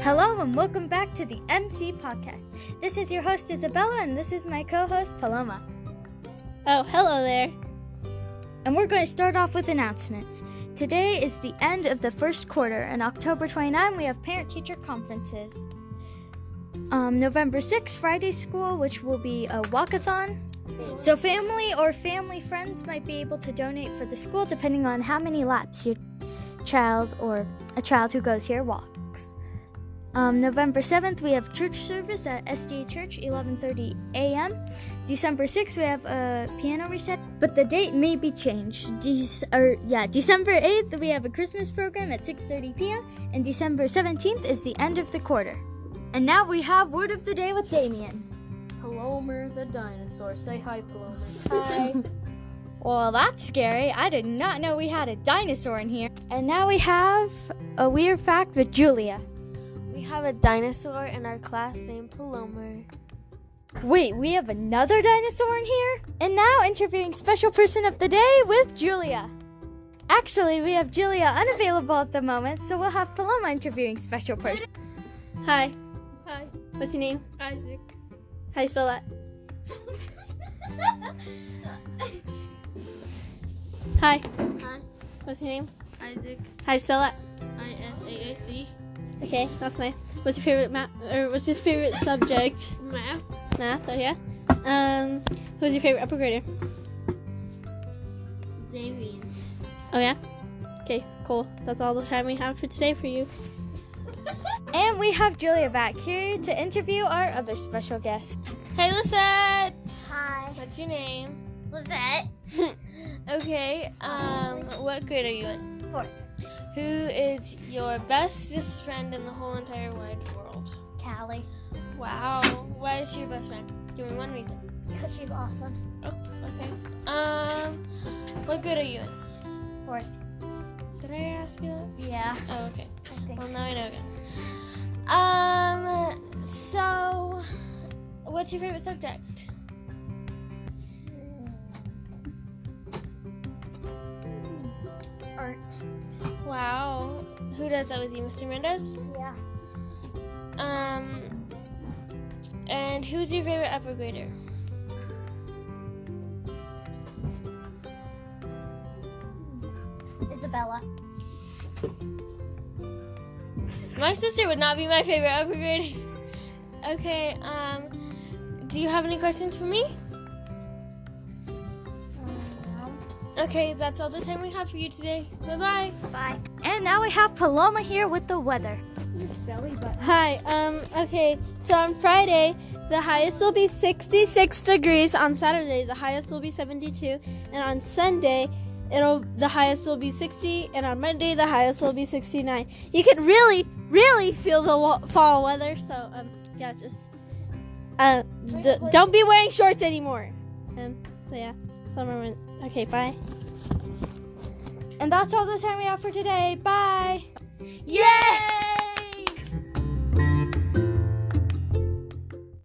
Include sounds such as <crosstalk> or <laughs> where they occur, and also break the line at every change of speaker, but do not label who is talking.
Hello and welcome back to the MC Podcast. This is your host Isabella and this is my co host Paloma.
Oh, hello there.
And we're going to start off with announcements. Today is the end of the first quarter, and October 29 we have parent teacher conferences. Um, November 6th, Friday school, which will be a walkathon. So, family or family friends might be able to donate for the school depending on how many laps your child or a child who goes here walks. Um, November 7th, we have church service at SDA Church, 11:30 a.m. December 6th, we have a piano reset, but the date may be changed. Dec or, yeah, December 8th, we have a Christmas program at 6:30 p.m. and December 17th is the end of the quarter. And now we have word of the day with Damien.
Palomer the dinosaur. Say hi, Palomer.
Hi.
Well, that's scary. I did not know we had a dinosaur in here. And now we have a weird fact with Julia.
We have a dinosaur in our class named Palomer.
Wait, we have another dinosaur in here? And now interviewing special person of the day with Julia. Actually, we have Julia unavailable at the moment, so we'll have Paloma interviewing special person.
Hi.
Hi,
What's your name?
Isaac. <laughs>
How do you spell that? Hi.
Hi.
What's your name?
Isaac.
How do you spell that?
I S A A C.
Okay, that's nice. What's your favorite map? Or what's your favorite subject?
Math.
Math. Oh yeah. Um, who's your favorite upper grader?
Damien.
Oh yeah. Okay, cool. That's all the time we have for today for you.
And we have Julia back here to interview our other special guest.
Hey, Lisette.
Hi.
What's your name?
Was that?
Okay. Um, what grade are you in?
Fourth.
Who is your bestest friend in the whole entire wide world?
Callie.
Wow. Why is she your best friend? Give me one reason.
Because she's awesome.
Oh, okay. Um, what grade are you in?
Fourth.
Did I ask you that?
Yeah.
Oh, okay.
I think.
Well, now I know again. Um, so, what's your favorite subject?
Art.
Wow. Who does that with you, Mr. Mendez?
Yeah.
Um, and who's your favorite upper grader?
Isabella.
My sister would not be my favorite upper grader. Okay, um, do you have any questions for me? Um, Okay, that's all the time we have for you today. Bye bye.
Bye.
And now we have Paloma here with the weather.
Hi. Um. Okay. So on Friday, the highest will be 66 degrees. On Saturday, the highest will be 72, and on Sunday, it'll the highest will be 60, and on Monday, the highest will be 69. You can really, really feel the wa- fall weather. So um. Yeah. Just. Uh. D- don't be wearing shorts anymore. Um. So yeah. Summer. Went- okay. Bye.
And that's all the time we have for today. Bye.
Yay!